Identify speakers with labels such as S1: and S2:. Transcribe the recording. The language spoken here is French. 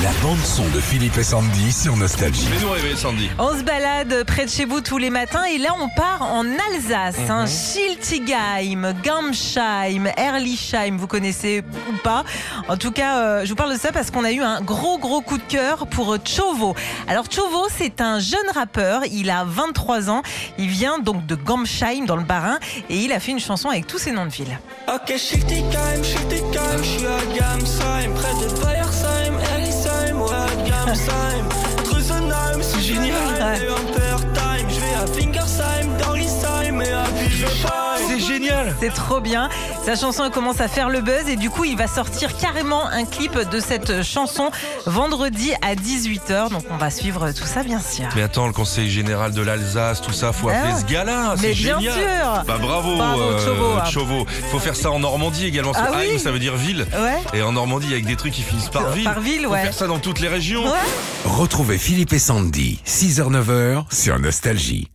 S1: La bande-son de Philippe et Sandy sur Nostalgie.
S2: Fais-nous rêver, Sandy.
S3: On se balade près de chez vous tous les matins et là on part en Alsace, hein, Schiltigheim, Gamsheim, Erlichheim, vous connaissez ou pas. En tout cas, euh, je vous parle de ça parce qu'on a eu un gros gros coup de cœur pour Chovo. Alors Chovo, c'est un jeune rappeur, il a 23 ans, il vient donc de Gamsheim dans le Bas-Rhin et il a fait une chanson avec tous ses noms de villes.
S4: Ok, shifty time, shifty time, je suis à Gamsheim, près de Bayersheim, Ellisheim, ouais, à Gamsheim. Drusenheim, c'est génial,
S3: Ouais.
S4: et Time, je vais à Fingersheim, Dorlisheim et à Bischofheim.
S2: C'est génial.
S3: C'est trop bien. Sa chanson elle commence à faire le buzz et du coup, il va sortir carrément un clip de cette chanson vendredi à 18h. Donc, on va suivre tout ça, bien sûr.
S2: Mais attends, le conseil général de l'Alsace, tout ça, faut
S3: Ah
S2: appeler
S3: ouais.
S2: ce gars-là.
S3: Mais
S2: c'est
S3: bien
S2: génial.
S3: sûr.
S2: Bah bravo, euh,
S3: Bravo, Chauveau, hein.
S2: Faut faire ça en Normandie également. Parce
S3: Ah
S2: que
S3: oui.
S2: Heim, ça veut dire ville.
S3: Ouais.
S2: Et en Normandie, avec des trucs qui finissent par ville.
S3: Par ville,
S2: Faut
S3: ouais.
S2: faire ça dans toutes les régions.
S3: Ouais.
S1: Retrouvez Philippe et Sandy, 6h-9h sur Nostalgie.